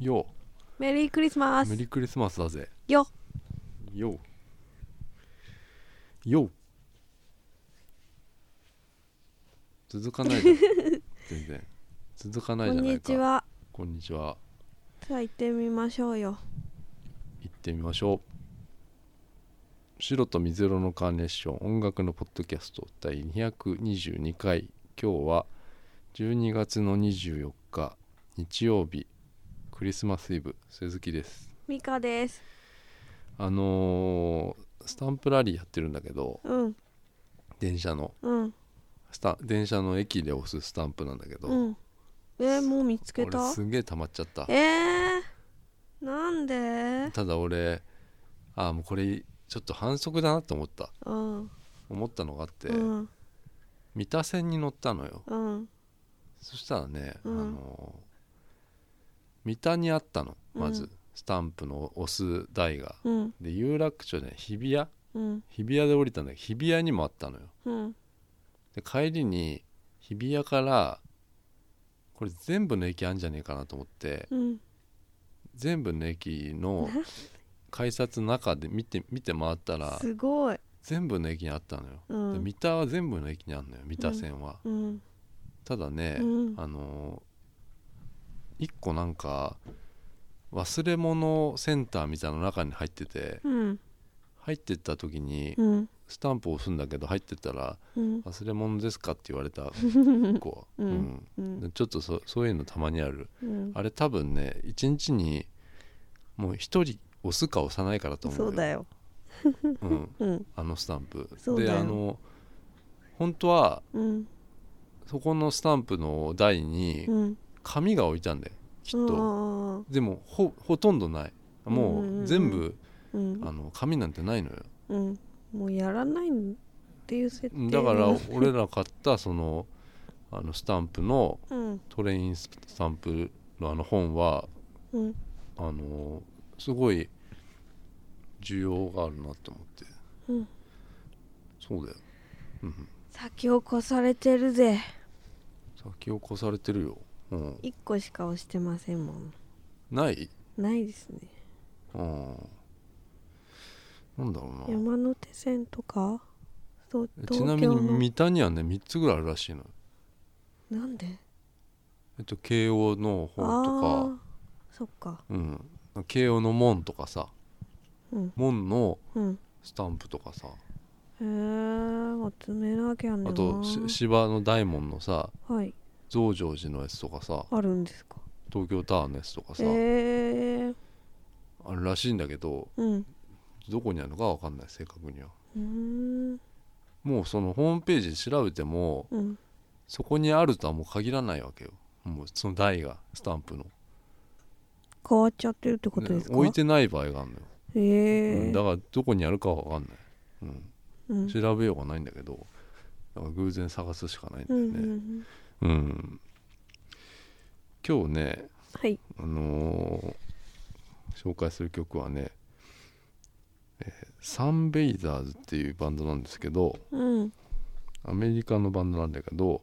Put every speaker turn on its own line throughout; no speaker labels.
よ
メリークリスマ
うメ
ス
リークリスマスだぜ
よ
ようよう続かない じゃん全然続かな
こ
い
ん
じゃない
に
か
ちは
こんにちは
さあ行ってみましょうよ
行ってみましょう白と水色のカーネーション音楽のポッドキャスト第222回今日は12月の24日日曜日クリスマスイブ鈴木です
ミカです
あのースタンプラリーやってるんだけど
うん
電車の
うん
スタ電車の駅で押すスタンプなんだけど、
うんえー、もう見つけた
俺すげえ溜まっちゃった
えー、なんで
ただ俺あーもうこれちょっと反則だなと思った
うん
思ったのがあって、
うん
三田線に乗ったのよ
うん
そしたらね、
うん
あの三田にあったのまず、
うん
スタンプの押す台が
うん
で有楽町で日比谷
うん
日比谷で降りたんだけど日比谷にもあったのよ
うん
で帰りに日比谷からこれ全部の駅あんじゃねえかなと思って
うん
全部の駅 の改札の中で見て見て回ったら
すごい
全部の駅にあったのよ、
う
で
ん
三田は全部の駅にあるのよ三田線は、
うん
ただね、
うん
あのー、一個なんか忘れ物センターみたいなの中に入ってて
うん
入ってった時に
うん
スタンプを押すんだけど入ってったら
うん
「忘れ物ですか?」って言われた子、
う
う
ん
ん
うん
でちょっとそそういうのたまにある
うん
あれ多分ね一日にもう一人押すか押さないからと思う
そうだ
よ、
よ
うん、
うん
あのスタンプ
そうだよ
であの本当は
うん
そこのスタンプの台に
うん
紙が置いたんだよきっと、
と
でもほほとんどないも
んうんうんう
うんう全部、
うん
あの紙なんてないのよ
うんもうやらないっていう設定
だから
に
俺ら買ったそのあのスタンプの
うん
トレインスタンプのあの本は
うん
あのすごい需要があるなと思って
うん
そうだよ、うん、
先を越されてるぜ
先を越されてるよ、うん、
一個しか押してませんもん
ない、
ないですね
うん、なんだろうな
山手線とかそう
え
東
ちなみ
京
に
の
三田にはね3つぐらいあるらしいの
なんで
えっと慶応の
あ
方と
あ
か
ーそっか
うん、慶応の門とかさ
うん
門の
うん
スタンプとかさ
へえ集めなきゃね
あとし芝の大門のさ
はい
増上寺のやつとかさ
あるんですか
東京タワーのやつとかさ、
へえ
あるらしいんだけど
うん
どこにあるのかわかんない正確には
うーん
もうそのホームページで調べても
うん
そこにあるとはもう限らないわけよもうその台がスタンプの
変わっちゃってるってことですか
ね置いてない場合があるのよ、
へ
う
え
んだからどこにあるかはわかんない、うん
うん
調べようがないんだけどだから偶然探すしかないんだ
う
よ
ん
ね、
うん
うん今日ね、
はい
あのー紹介する曲はね、えーサンベイザーズっていうバンドなんですけど
うん
アメリカのバンドなんだけど、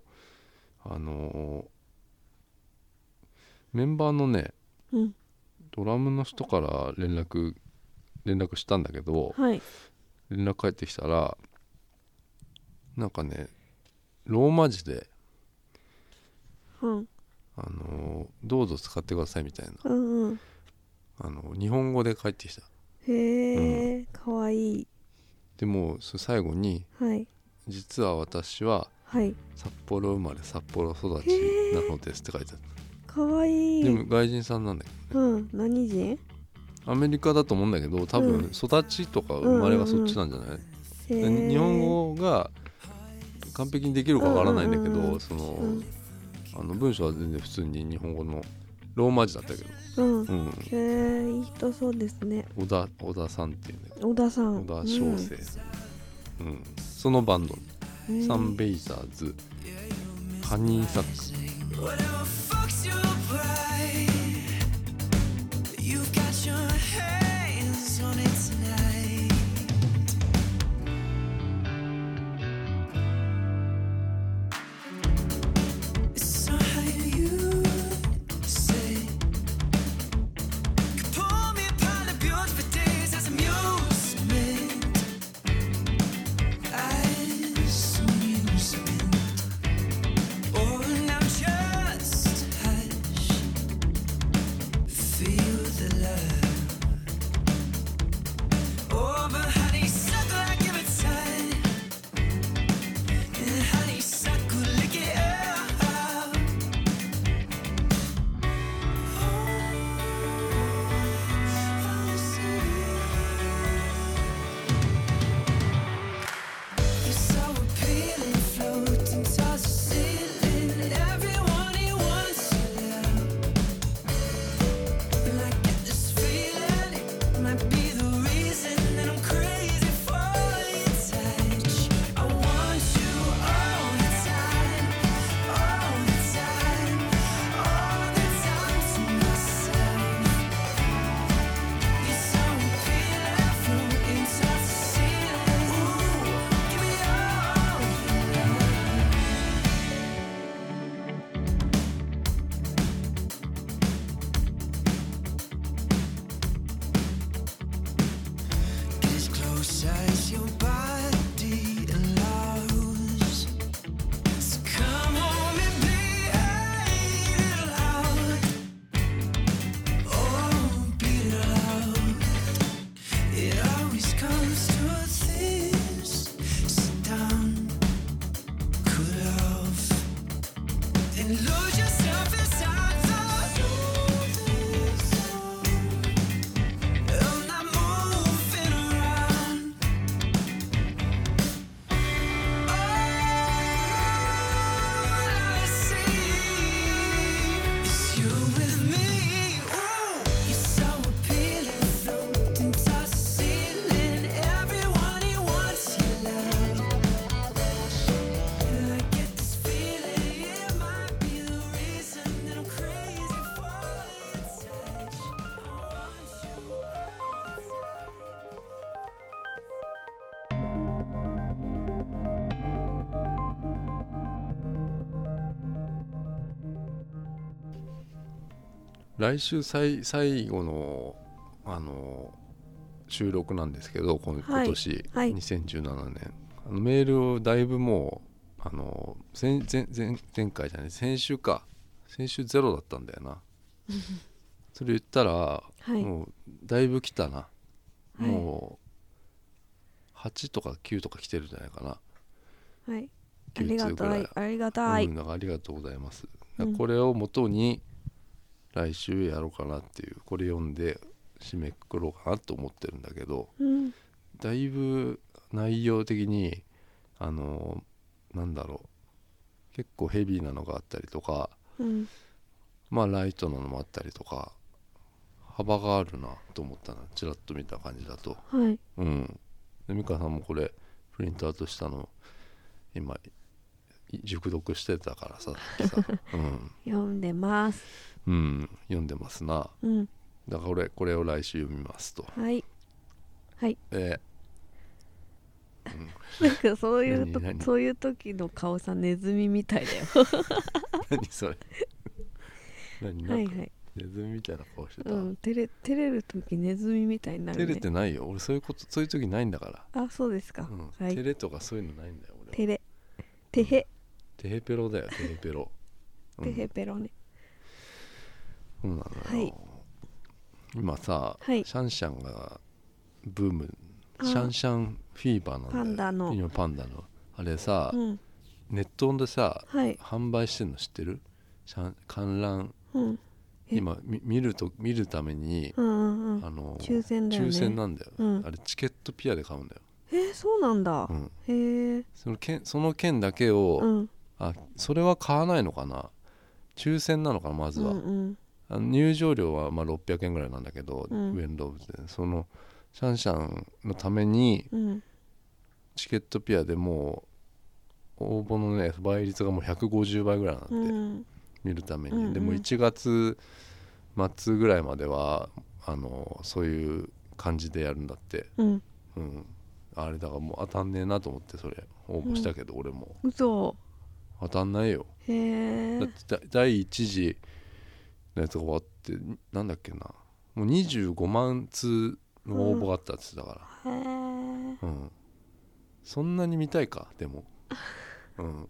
あのーメンバーのね
うん
ドラムの人から連絡連絡したんだけど
はい
連絡返ってきたらなんかねローマ字で、
うん
あのーどうぞ使ってくださいみたいな
うんうん
あの日本語で帰ってきた
へえかわいい
でもそ最後に
はい
「実は私は
はい
札幌生まれ札幌育ちなのです」って書いてある
かわい
で
い
も外人さんなんだけ
うん何人
どアメリカだと思うんだけど多
うん
分育ちとか生まれがそっちなんじゃない、
へ
で
ー
日本語が完璧にできるかわからないんだけど、
うんうんうん
その,、
うん
あの文章は全然普通に日本語のローマ字だったけど、
うん
う
へ
ん、
えいい人そうですね
小田小田さんっていうね
小田さん
小田小生、うんそのバンド
うん
サンベイザーズハニーサックス
Whatever fucks your pride, you've got your hands on it tonight. Somehow you say Oh, Oh, Oh,
来週最最後のあの収録なんですけどこの
は
今
い
年、
はい
2017年あのメールをだいぶもうあの前前前前回じゃない先週か先週ゼロだったんだよ なそれ言ったら、
はい
もうだいぶ来たな、
い
もう8とか9とか来てるんじゃないかな
はいあ
9
りが
通ぐ
た
ら
いありがたい、
うん、だからありがとうございます。
うん
これを元に来週やろうかなっていうこれ読んで締めくくろうかなと思ってるんだけど
うん
だいぶ内容的にあのなんだろう結構ヘビーなのがあったりとか
うん
まあライトなのもあったりとか幅があるなと思ったなちらっと見た感じだと。
はい
うん。で美香さんもこれプリントアウトしたの今い熟読してたからささっき さ、うん
読んでます
うん、読んでますな
うん
だから俺これを来週読みますと
はいはい
え
なんかそういうと
何何
そういう時の顔さネズミみたいだよ
ー何そ れ何 な
は
ん
い
か
はい
ネズミみたいな顔してた、
うん照れ照れる時ネズミみたいになる
照
ね
れてないよ俺そういうことそういう時ないんだか、
あそうですから
うん
はい
照れとかそういうのないんだよ俺は
照れてへ
テヘペロだよテヘペロ、うん
てへペロね
そうなのよ、
はい
今さ、
はい
シャンシャンがブーム
あー
シャンシャンフィーバーなんだよ
パンダの
今パンダのあれさ、
うん
ネットでさ
はい
販売してんの知ってるシャン観覧
うんえ
今み見ると見るために、
うんうんうん
あの
抽選だよね
抽選なんだよ、
うん
あれチケットピアで買うんだよ、
えー、そうなんだ、
うん、
へえ
その券その券だけを、
うん
あそれは買わないのかな抽選なのかなまず
う
は、
んうん
あの入場料はまあ600円ぐらいなんだけど、
うん
上野動物園そのシャンシャンのために
うん
チケットピアでもう応募のね倍率がもう150倍ぐらいなんで、
うん
見るために、
うんうん
でも1月末ぐらいまではあのそういう感じでやるんだって、
うん
うん、あれだからもう当たんねえなと思ってそれ応募したけど、俺も
嘘
当たんないよ
へえ
だってだ第1次のやつが終わってなんだっけなもう25万通の応募があったって言ってたか
へえ
ら、うんそんなに見たいかでも、うん、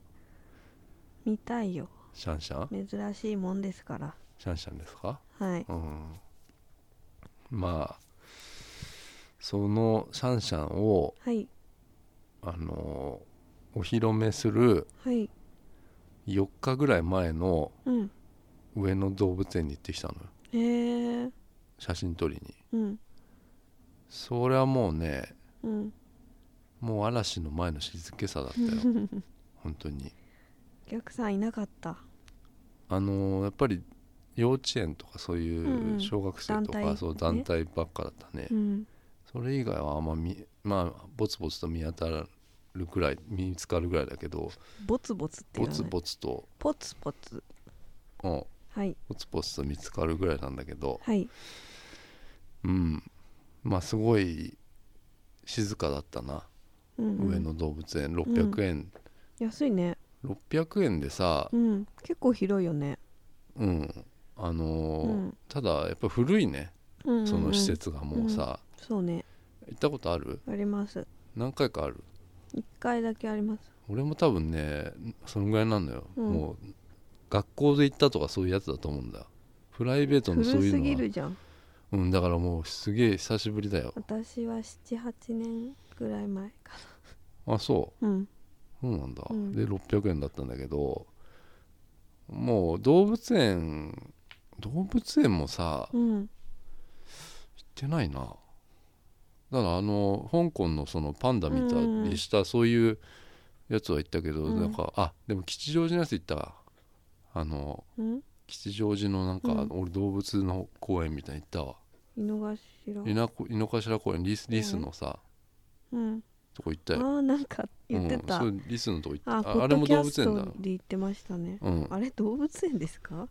見たいよ
シャンシャン
珍しいもんですから
シャンシャンですか、
はい
うん、まあそのシャンシャンを、
はい
あのお披露目する
はい
4日ぐらい前の
うん
上野動物園に行ってきたのよ
へえ
写真撮りに
うん
それはもうね
うん
もう嵐の前の静けさだったよ本当に
お客さんいなかった
あのーやっぱり幼稚園とかそう
うん
いううん小学生とか、
団体
そう
ね
団体ばっかだったね、
うん
それ以外はあんまみまあぼつぼつと見当たるくらい見つかるぐらいだけど
ボツボツって
ぼ
言わな
つ
い
ぼつと、
ポツポツ
うん、
はい
ぼつぼつと見つかるぐらいなんだけど
はい
うんまあすごい静かだったな、
うんうん
上野動物園600円、
安いね
600円でさ
う、ん結構広いよね
うん、あのー
うん
ただやっぱ古いね
うんうんうん
その施設がもうさ、
そうね
行ったことある
あります
何回かある
一回だけあります
俺も多分ねそのぐらいなのよ、
うん
もう学校で行ったとかそういうやつだと思うんだプライベートの
古
そういう
す
の
ぎ
は
るじゃん
うん、だからもうすげえ久しぶりだよ
私は78年ぐらい前か
あそ
なうん
うそうなんだ、
うん
で600円だったんだけどもう動物園動物園もさ行っ
うん
てないなだからあの香港のそのパンダ見た
うんうん
りしたそういうやつは行ったけど、
うん
なんかあでも吉祥寺のやつ行ったわあの
うん
吉祥寺のなんか、
うん
俺動物の公園みたいに行ったわ
井の頭
稲子井の頭公園リスリスのさ、
うん
とこ行っ
あ
たよ
ーなんか言ってた、
うん、そうリスのとこ行った
あ
あ
あ
あれ
あれ
も
も
動
動
物
物
園
園
だ
だで言ってましたね
うん
あれ動物園ですか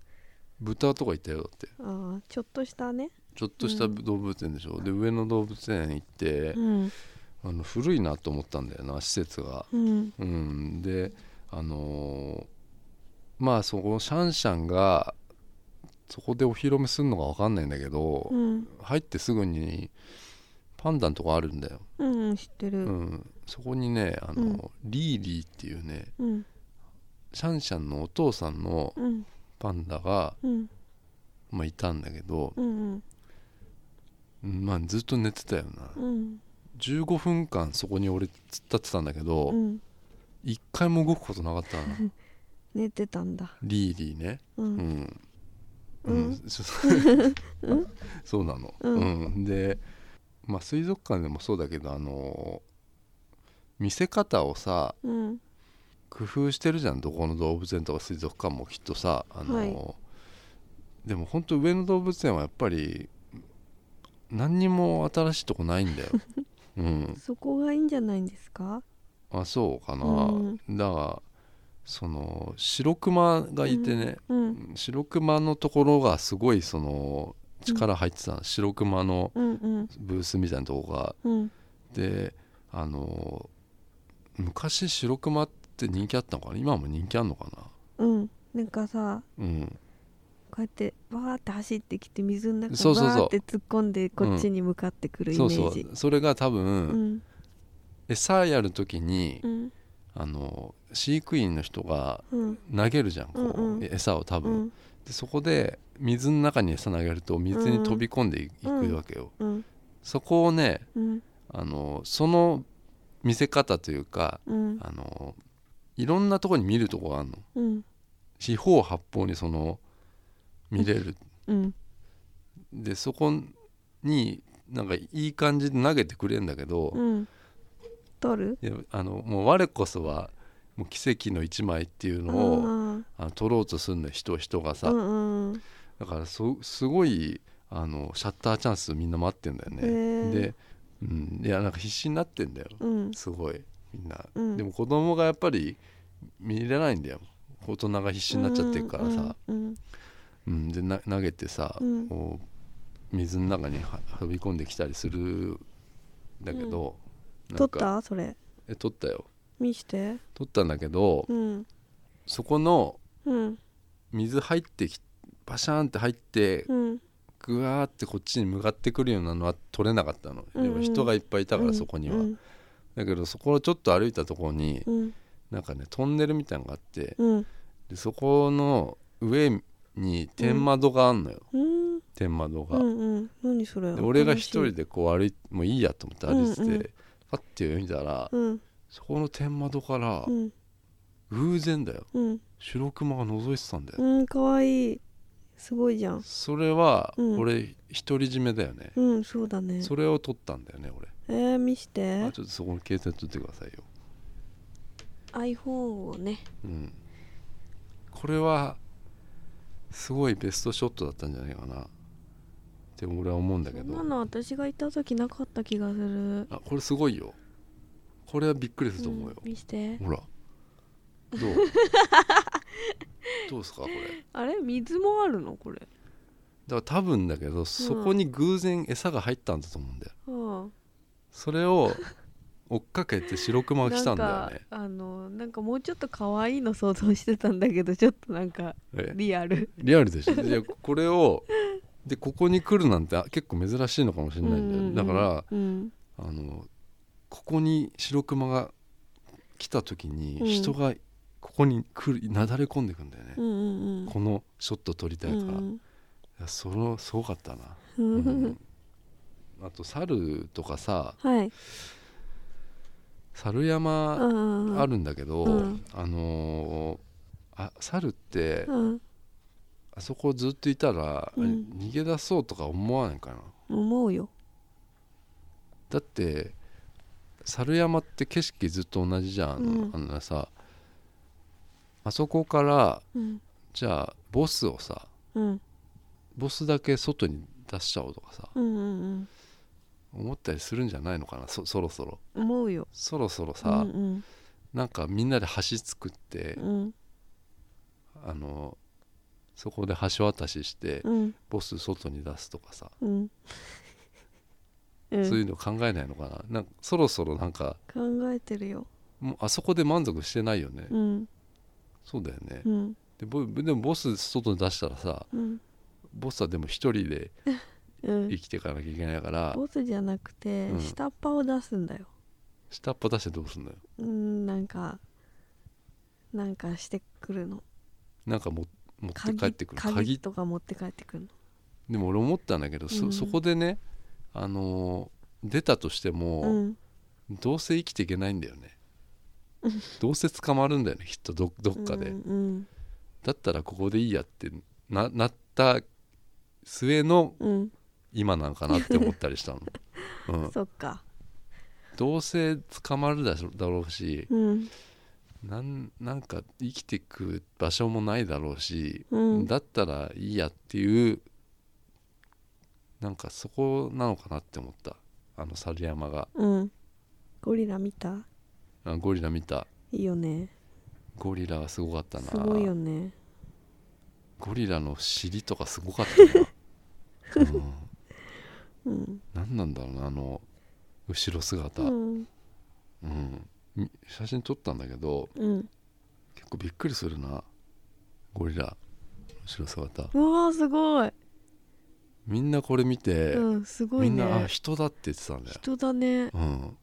豚とか行ったよだって
あーちょっとしたね
ちょっとした
うん
動物園でしょ、で上野動物園行って
う、ん
あの古いなと思ったんだよな施設が
うん
うんであのーまあそこシャンシャンがそこでお披露目するのか分かんないんだけど、
うん
入ってすぐにパンダのとこあるんだよ、
うん知って
う
る
ん、そこにねあの、
うん
リーリーっていうね
うん
シャンシャンのお父さんの
うん
パンダが、
うん
まあ、いたんだけど、
うん
うんまあ、ずっと寝てたよな
うん
15分間そこに俺突っ立ってたんだけど、
うん
一回も動くことなかった の
寝てたんだ
リーリーね
う
うんん、
う
うんん そ そうなの、
う
うんんで、まあ、水族館でもそうだけどあの見せ方をさ
うん
工夫してるじゃんどこの動物園とか水族館もきっとさあの、
はい
でも本当上野動物園はやっぱり何にも新しいとこないん だよ、うん、
そこがいいんじゃないんですか
あそうかな、
うん
だがその白熊がいてね、
うん
白熊のところがすごいその力入ってたの、白熊の
うんうん
ブースみたいなとこが
うん
であの昔白熊って人気あったのかな今も人気あんのか
うんなんかさ
なうん
こうやってバーって走ってきて水の中
そうそうそう
バーって突っ込んでこっちに向かってくるイメ
そ
ー
う
ジ
そうそれが多分、
うん
餌やる時に、
うん
あの飼育員の人が
うん
投げるじゃんこう、
うんうん
餌を多
う
分、
ん
でそこで水の中に餌投げると水に飛び込んでいく
うん
わけよ、
うん
そこをね
うん
あのその見せ方というか
うん
あのいろんなところに見るとこがあるの
うん
四方八方にその見れる
うん
でそこになんかいい感じで投げてくれるんだけど、
うん取る
いやあのもう我こそはもう奇跡の一枚っていうのを、
うん
あの取ろうとするの人人がさ、
うんうん
だからそすごいあのシャッターチャンスみんな待ってんだよね、
へー
で、うん、いやなんか必死になってんだよ
うん
すごいみんな、
うん
でも子供がやっぱり見れないんだよ大人が必死になっちゃってるからさ、
うん
うんでな投げてさ、
うん
こう水の中には飛び込んできたりするんだけど、な
取
ん
っ
か
たそれ
え取ったよ
見して
取ったんだけど、
うん
そこの
うん
水入ってきバシャーンって入って
うん
ぐわーってこっちに向かってくるようなのは取れなかったの、
うんうん
でも人がいっぱいいたからそこには、
うん
だけどそこをちょっと歩いたところに、
うん
なんかねトンネルみたいなのがあって、
うん
でそこの上に天窓があんのよ、
うん
天窓
う
が、
んうん何それ
で俺が一人
新しい
でこう歩いもういいやと思って歩いてて、
うんうん
パッて見たら、
うん
そこの天窓から
うん
偶然だよ
うん
白熊が覗いてたんだよ、
うん可愛いすごいじゃん
それは
うん
俺独り占めだよね、
うんそうだね
それを撮ったんだよね俺
えー、見して
あちょっとそこの携帯撮ってくださいよ
iPhone をね
うん、これはすごいベストショットだったんじゃないかなって俺は思うんだ
そ
け
ん
ど
なの私がいた時なかった気がする
あこれすごいよこれはびっくりすると思うよ
ん、見して
ほら どうどうですかこれ
あれ水もあるのこれ
だから多分だけどそこに偶然餌が入ったんだと思うんだよ
うん
それを追っかけて白クマが来たんだよね
なんかあのなんかもうちょっと可愛いの想像してたんだけどちょっとなんか
え
リアル
リアルでしょいやこれをでここに来るなんてあ結構珍しいのかもしれないんだよ、
うんうんうん
だから
うん
あのここに白クマが来た時
うん
に人がここに来るなだれ込んでくんだよね
う、んうんうん
このショット撮りたいから、いやそのすごかったな、
う
うん
うん
ん、あと猿とかさ
はい
猿山あ
あ
るんだけど、
うん
あのーあ猿って
うん
あそこずっといたら、
うん
あれ逃げ出そうとか思わないかな
思うよ
だって猿山って景色ずっと同じじゃん、
うん
あのさあそこから
うん
じゃあボスをさ
うん
ボスだけ外に出しちゃおうとかさ
うんうん
思ったりするんじゃないのかなそそろそろ
うん思うよ
そろそろさ、
うん
なんかみんなで橋作って
う、ん
あのそこで橋渡しして、
うん
ボス外に出すとかさ、
うんうん
そういうの考えないのかななんかそろそろなんか
考えてるよ
もうあそこで満足してないよね、
うん
そうだよね
う、ん
でボでもボス外に出したらさ
うん
ボスはでも一人で
うん
生きていかなきゃいけないから、
ボスじゃなくて、
うん
下っ端を出すんだよ
下っ端出してどうすんだよ
うんなんかなんかしてくるの
なんかも持って帰ってくる
鍵
鍵
とか持って帰ってくるの
でも俺思ったんだけど、そ
うん
そこでねあのー出たとしても、
うん
どうせ生きていけないんだよねどうせ捕まるんだよねきっとどどっかで、
うんうん
だったらここでいいやってななった末の
うん、
今なんかなって思ったりした の、うん、
そっか
どうせ捕まるだしだろうし
うん
なんなんか生きていく場所もないだろうし、
うん
だったらいいやっていうなんかそこなのかなって思ったあの猿山が
うんゴリラ見た
あゴリラ見た
いいよね
ゴリラはすごかったな
すごいよね
ゴリラの尻とかすごかったな、うん、
うん、
何なんだろうなあの後ろ姿、
う
うん
ん
み写真撮ったんだけど
うん、
結構びっくりするなゴリラ後ろ姿
うわーすごい、
みんなこれ見て、
うんすご
み
い
ん
ね
なあ人だって言ってたんだよ
人だね
うん、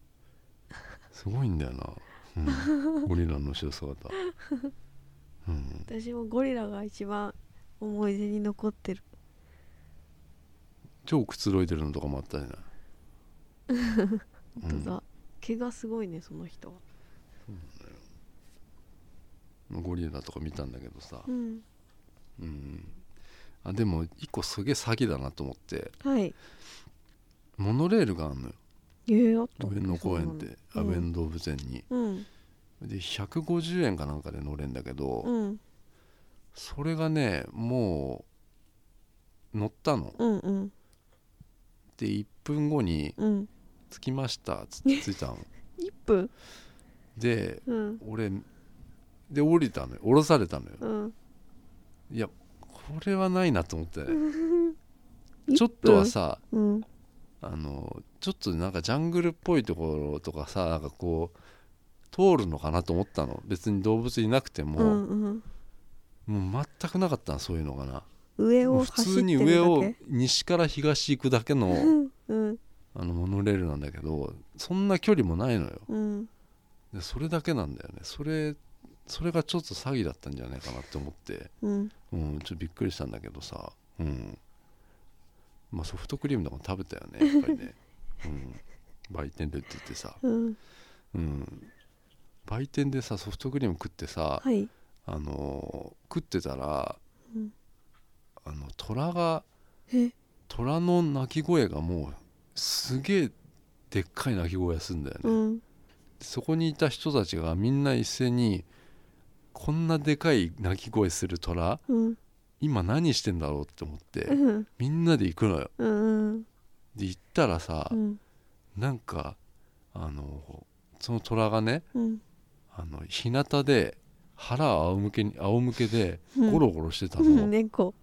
すごいんだよな、 うん、ゴリラの後ろ姿、うん、
私もゴリラが一番思い出に残ってる
超くつろいでるのとかもあったじゃない
本当だ、毛がすごいねその人は
ゴリラとか見たんだけどさ、
うん
うん、あでも一個すげえ詐欺だなと思って
はい
モノレールがあんのよ
えー、あった
上野公園で
そう
阿部
なのう
の
ん
動物園に、
うん
で150円かなんかで乗れんだけど、
うん
それがねもう乗ったの
うんうん
で1分後に
うん
「着きました」つっ て着いたの
1分
で
うん
俺で降りたのよ降ろされたのよ
うん
いやこれはないなと思っ て
1
ちょっとはさ
分
あのちょっとなんかジャングルっぽいところとかさなんかこう通るのかなと思ったの別に動物いなくて
うんう
も、
んうん
もう全くなかったのそういうのがな
上
もう
を
普
走って
通に
るだけ
上を西から東行くだけ
う
の
んうん
あのモノレールなんだけどそんな距離もないのよ
うん
でそれだけなんだよねそれそれがちょっと詐欺だったんじゃないかなって思って
うん
うん、ちょっとびっくりしたんだけどさ、うん、まあソフトクリームとかも食べたよねやっぱりね、うん、売店で売っててさ、
うん
うん、売店でさソフトクリーム食ってさ、
はい
あのー食ってたら、
うん
あの虎が
え
虎の鳴き声がもうすげえでっかい鳴き声がするんだよね、
うん
そこにいた人たちがみんな一斉にこんなでかい鳴き声する虎
うん
今何してんだろうって思って、
うん
みんなで行くのよ
うん
で行ったらさ、
うん
なんかあのその虎がね
うん
あの日向で腹を仰向けに仰向けで
うん
ゴロゴロしてたの、
うん猫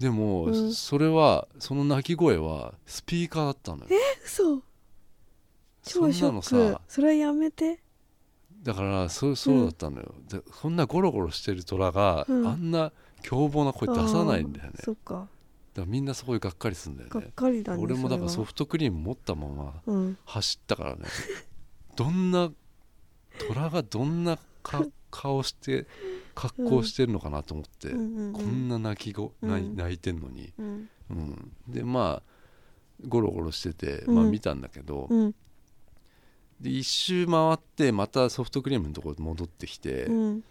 でも、
うん
それはその鳴き声はスピーカーだったのよ
嘘
そ
超
ん
ショ
なの
ック
さ
それはやめて
だからそうそうだったのよ、でそんなゴロゴロしてる虎が、
うん
あんな凶暴な声出さないんだよね
あー
だか
そっから
みんなそこでがっかりするんだよ
がっ
ね
かりだね
俺もだから
そ
ソ
れは
フトクリーム持ったまま
うん
走った からねどんな虎がどんなか顔して格好してるのかなと思って、
うんうんうん
こんな泣きご、
うん
泣い泣いてんのに、
うん
うん、でまあゴロゴロしてて、
うん
まあ、見たんだけど、
うん
で一周回ってまたソフトクリームのところに戻ってきて、
うん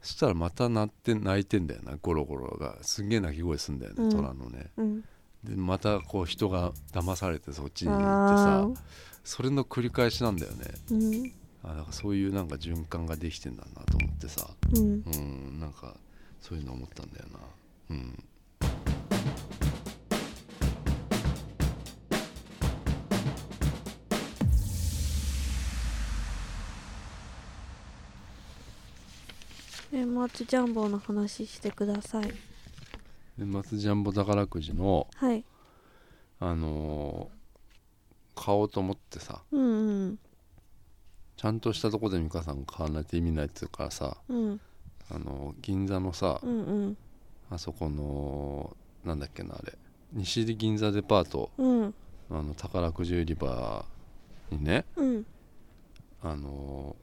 そしたらまた鳴って泣いてんだよなゴロゴロがすんげえ泣き声すんだよね、
うん
虎のね
うん
でまたこう人が騙されてそっちに行って
あ
さ
ー
それの繰り返しなんだよね
うん
あなんかそういうなんか循環ができてんだなと思ってさ
うん
うんなんかそういうの思ったんだよなうん
年末ジャンボの話してください
年末ジャンボ宝くじの
はい
あのー買おうと思ってさ
うんうん
ちゃんとしたとこで美香さんが買わないと意味ないっていうからさ
うん
あのー銀座のさ
うんうん
あそこのなんだっけなあれ西銀座デパート
うん
あの宝くじ売り場にね
うん
あの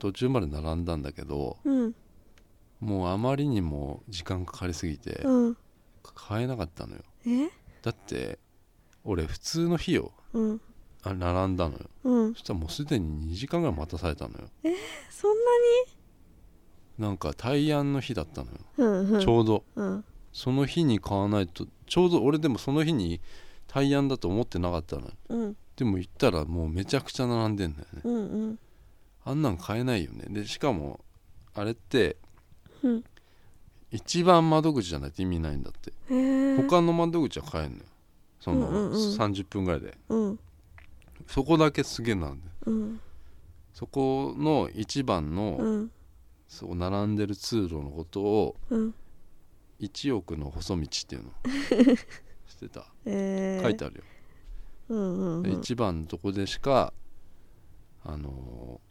途中まで並んだんだけど
うん
もうあまりにも時間かかりすぎて
うん
買えなかったのよ
え
だって俺普通の日よ
うん
あ並んだのよ
うん
そしたらもうすでに2時間ぐらい待たされたのよ
そん
なんか大安の日だったのよ、
なにうんうん
ちょうど
うん
その日に買わないとちょうど俺でもその日に大安だと思ってなかったのよ
うん
でも行ったらもうめちゃくちゃ並んでんだよね
うんうん
あんなん買えないよねでしかもあれって
うん
一番窓口じゃないと意味ないんだって
へえ
他の窓口は買えんのよその
うんうんうん
30分ぐらいで
うん
そこだけすげえなんで
うん
そこの一番
う
の
ん
そう並んでる通路のことを
うん
1億の細道って いうの知ってた
えー
書いてあるよ
うんうんうん
一番のとこでしかあのー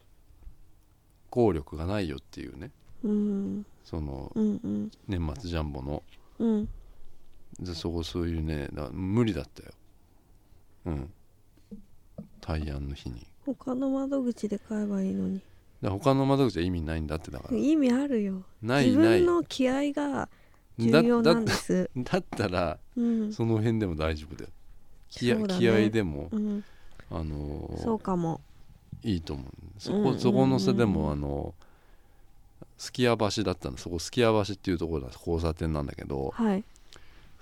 効力がないよっていうね
うん
その
うんうん
年末ジャンボの
うん
でそこそういうねだ無理だったようん対案の日に
他の窓口で買えばいいのに
だ他の窓口は意味ないんだってだから
意味あるよ
ない
自
ない
分の気合が重要
だ
な
だ
んです
だったら
うん
その辺でも大丈夫だよ気合
そうだね
気合でも、
うん
あのー
そうかも
いいと思うそこ,、
うんうんうんうん
そこのさでもあのすき家橋だったのそこすき家橋っていうところだ交差点なんだけど
はい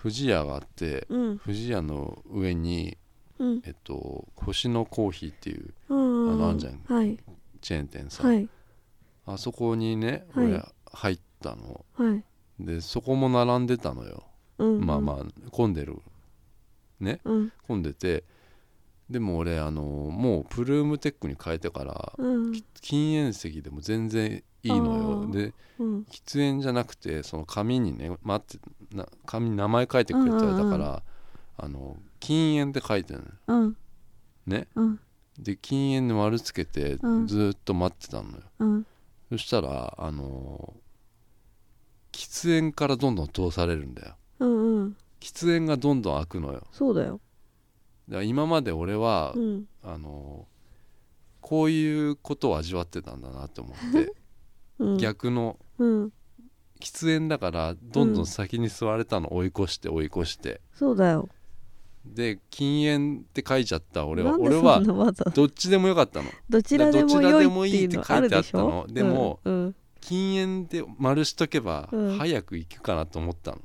富士屋があって
うん
富士屋の上に、
うん
えっと、星のコーヒーっていう
うん
あ
うん
のあんじゃん
はい
チェーン店さ、
はい
あそこにね
はい
俺入ったの、
はい
でそこも並んでたのよ、
うん
まあまあ混んでるね
あうん
混んでてでも俺あのもうプルームテックに変えてから
うん
禁煙席でも全然いいの
あ
よ
ー
で
うん
喫煙じゃなくてその紙にね待ってな紙に名前書いてくれてた
うんうんうん
からあの禁煙って書いてるのよ
うん
ね
うん
で禁煙で丸つけてず
うん
ーっと待ってたのよ、
うん
そしたらあの喫煙からどんどん通されるんだよ
うんうん
喫煙がどんどん開くのよ
そうだよ
だから今まで俺は
う、ん
あのこういうことを味わってたんだなって思って、
うん
逆の
うん
喫煙だからどんどん先に座れたの追い越して追い越して
そうだよ
で禁煙って書いちゃった俺は
なんで
俺は
そんなわざ
どっちでもよかったの
どちらでも良いっていうのあるでし
ど
ょ
ちらでも
うんうん
禁煙で丸しとけば
うん
早く行くかなと思ったの、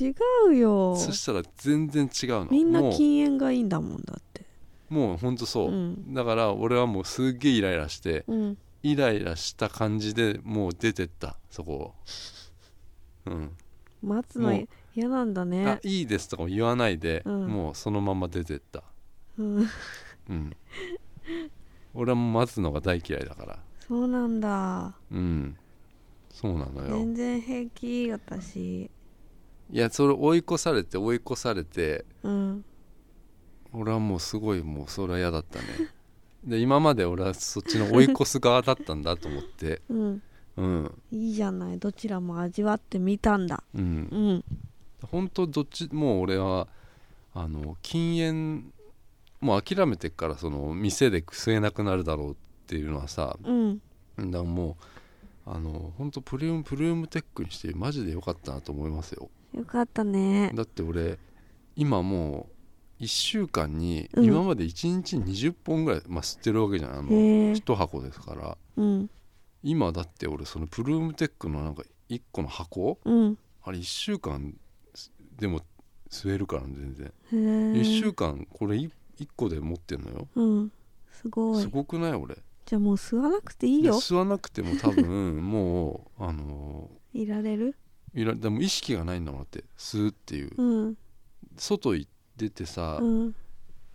違うよ
そしたら全然違うの
みんな
もう
禁煙がいいんだもんだって
もうほんとそう、
うん
だから俺はもうすっげえイライラして
うん
イライラした感じでもう出てったそこをうん
待つの
もう
嫌なんだ
あ
ね
いいですとかも言わないで、
うん
もうそのまま出てった
うん
うん俺はもう待つのが大嫌いだから
そうなんだ
うんそうなのよ
全然平気私
いやそれ追い越されて追い越されて
うん
俺はもうすごいもうそれは嫌だったねで今まで俺はそっちの追い越す側だったんだと思って
うん
うん
いいじゃないどちらも味わってみたんだ
う
うんん
本当どっちもう俺はあの禁煙もう諦めてっからその店で吸えなくなるだろうっていうのはさ
うん
だからもうあの本当プルームプルームテックにしてマジで良かったなと思いますよ
よかったね
だって俺今もう1週間に
うん
今まで1日20本ぐらい、まあ、吸ってるわけじゃんあの
へえ
1箱ですから
うん
今だって俺そのプルームテックのなんか1個の箱
うん
あれ1週間すでも吸えるからね全然、
へえ
1週間これ 1, 個で持ってんのよ
うんすご
す
い
ごくない俺
じゃあもう吸わなくていいよ
で吸わなくても多分もうあ のー
いられる
いらでも意識がないんだもんだって吸うっていう、
うん
外行っててさ、
うん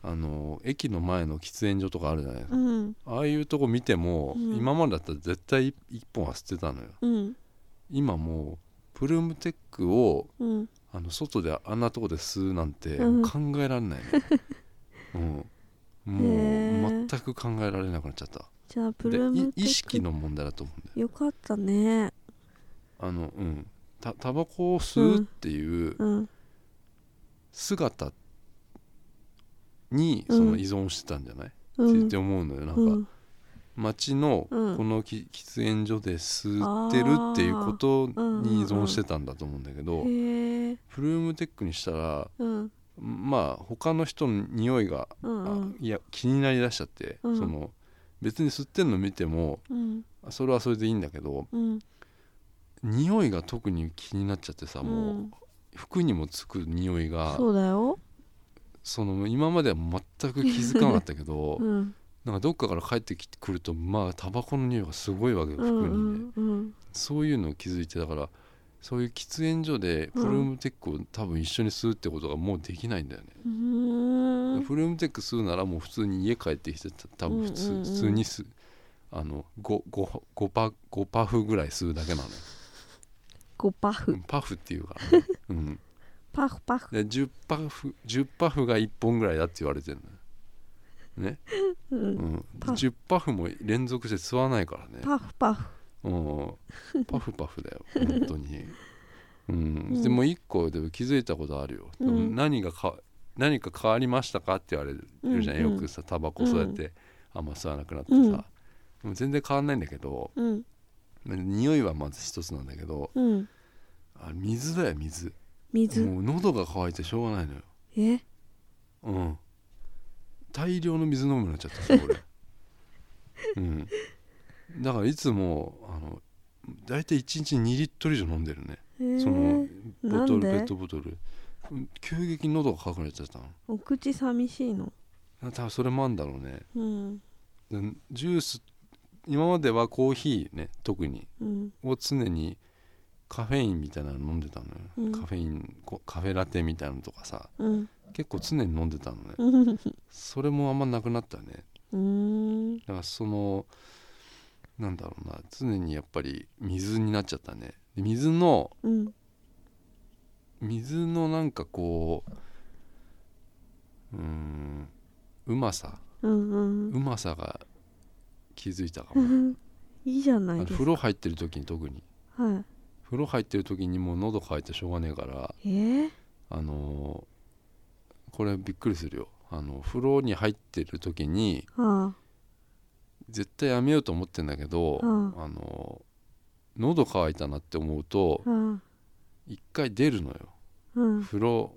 あの駅の前の喫煙所とかあるじゃないです
う
か、
ん
ああいうとこ見ても、
うん
今までだったら絶対一本は吸ってたのよ
うん
今もうプルームテックを
うん
あの外であんなとこで吸うなんて
うん
考えられないね、 うん
へ
もう
ー
全く考えられなくなっちゃった
じゃあプ
で
ルーム
い意識の問題だと思うんだよ
よかったね
あのうんたタバコを吸うっていう
うん
姿に
うん
その依存してたんじゃない、
う
っ
ん
て思うのよなんか、
うん
街のこ
うん
のき喫煙所で吸ってるっていうことに依存してたんだと思うんだけど、
へえ
フルームテックにしたら
うん
まあ他の人の匂いが、
うんう
あ
ん
いや気になりだしちゃって、
うん
その別に吸ってんの見ても
うん
それはそれでいいんだけど
うん
匂いが特に気になっちゃってさ、もう服にもつく匂いが
そうだよ
その今までは全く気づかなかったけど、
うん
なんかどっかから帰ってきてくるとまあタバコの匂いがすごいわけよ
う
服に
ん
ね、
うん
そういうのを気づいてだからそういう喫煙所で
うん
フルームテックを多分一緒に吸うってことがもうできないんだよね、
うんうーん
フルームテック吸うならもう普通に家帰ってきてた多分普通,、
うんうんうん
普通に吸うあの 5, 5, パ5パフぐらい吸うだけなのよ
こうパ
う
フ
んパフっていうから、 ねうん、
パフパフ
で10パフ10パフが1本ぐらいだって言われてるのよね、
う
うんん、
パフ
10パフも連続して吸わないからね
パフパフ
うん、パフパフ だよ本当に、うん
うん
でも一個でも気づいたことあるよ、
うん
でも何がか何か変わりましたかって言われるじゃん、
うんうん
よくさタバコそうやってあんま吸わなくなってさ、
うん
でも全然変わんないんだけど
うん
匂いはまず一つなんだけど
うん
あ水だよ水
水
もう喉が渇いてしょうがないのよ
え
うん大量の水飲むようになっちゃった さ俺うんだからいつもあの大体1日2リットル以上飲んでるね
えー
そのボトルペ
なんで
ットボトルうん急激に喉が渇くなっちゃったの
お口寂しいの
多分それもあんだろうね
うん
でジュース今まではコーヒーね特に
うん
を常にカフェインみたいなの飲んでたのよ、
うん
カフェインこカフェラテみたいなのとかさ
うん
結構常に飲んでたのね、
うん
それもあんまなくなったね
うーん
だからそのなんだろうな常にやっぱり水になっちゃったねで水の
うん
水のなんかこううーんうまさ
うんうん
うまさが気づいたか
う
も
んいいじゃな
あ
い
の
です
風
か
呂入ってる時に特に
は
風呂入ってる時にもう喉渇いてしょうがねえから
いえー
あのーこれびっくりするよあの風呂に入ってる時に
は
絶対やめようと思ってんだけど、
うん
あのー喉渇いたなって思うと
あはあ
一回出るのよ
うん
風呂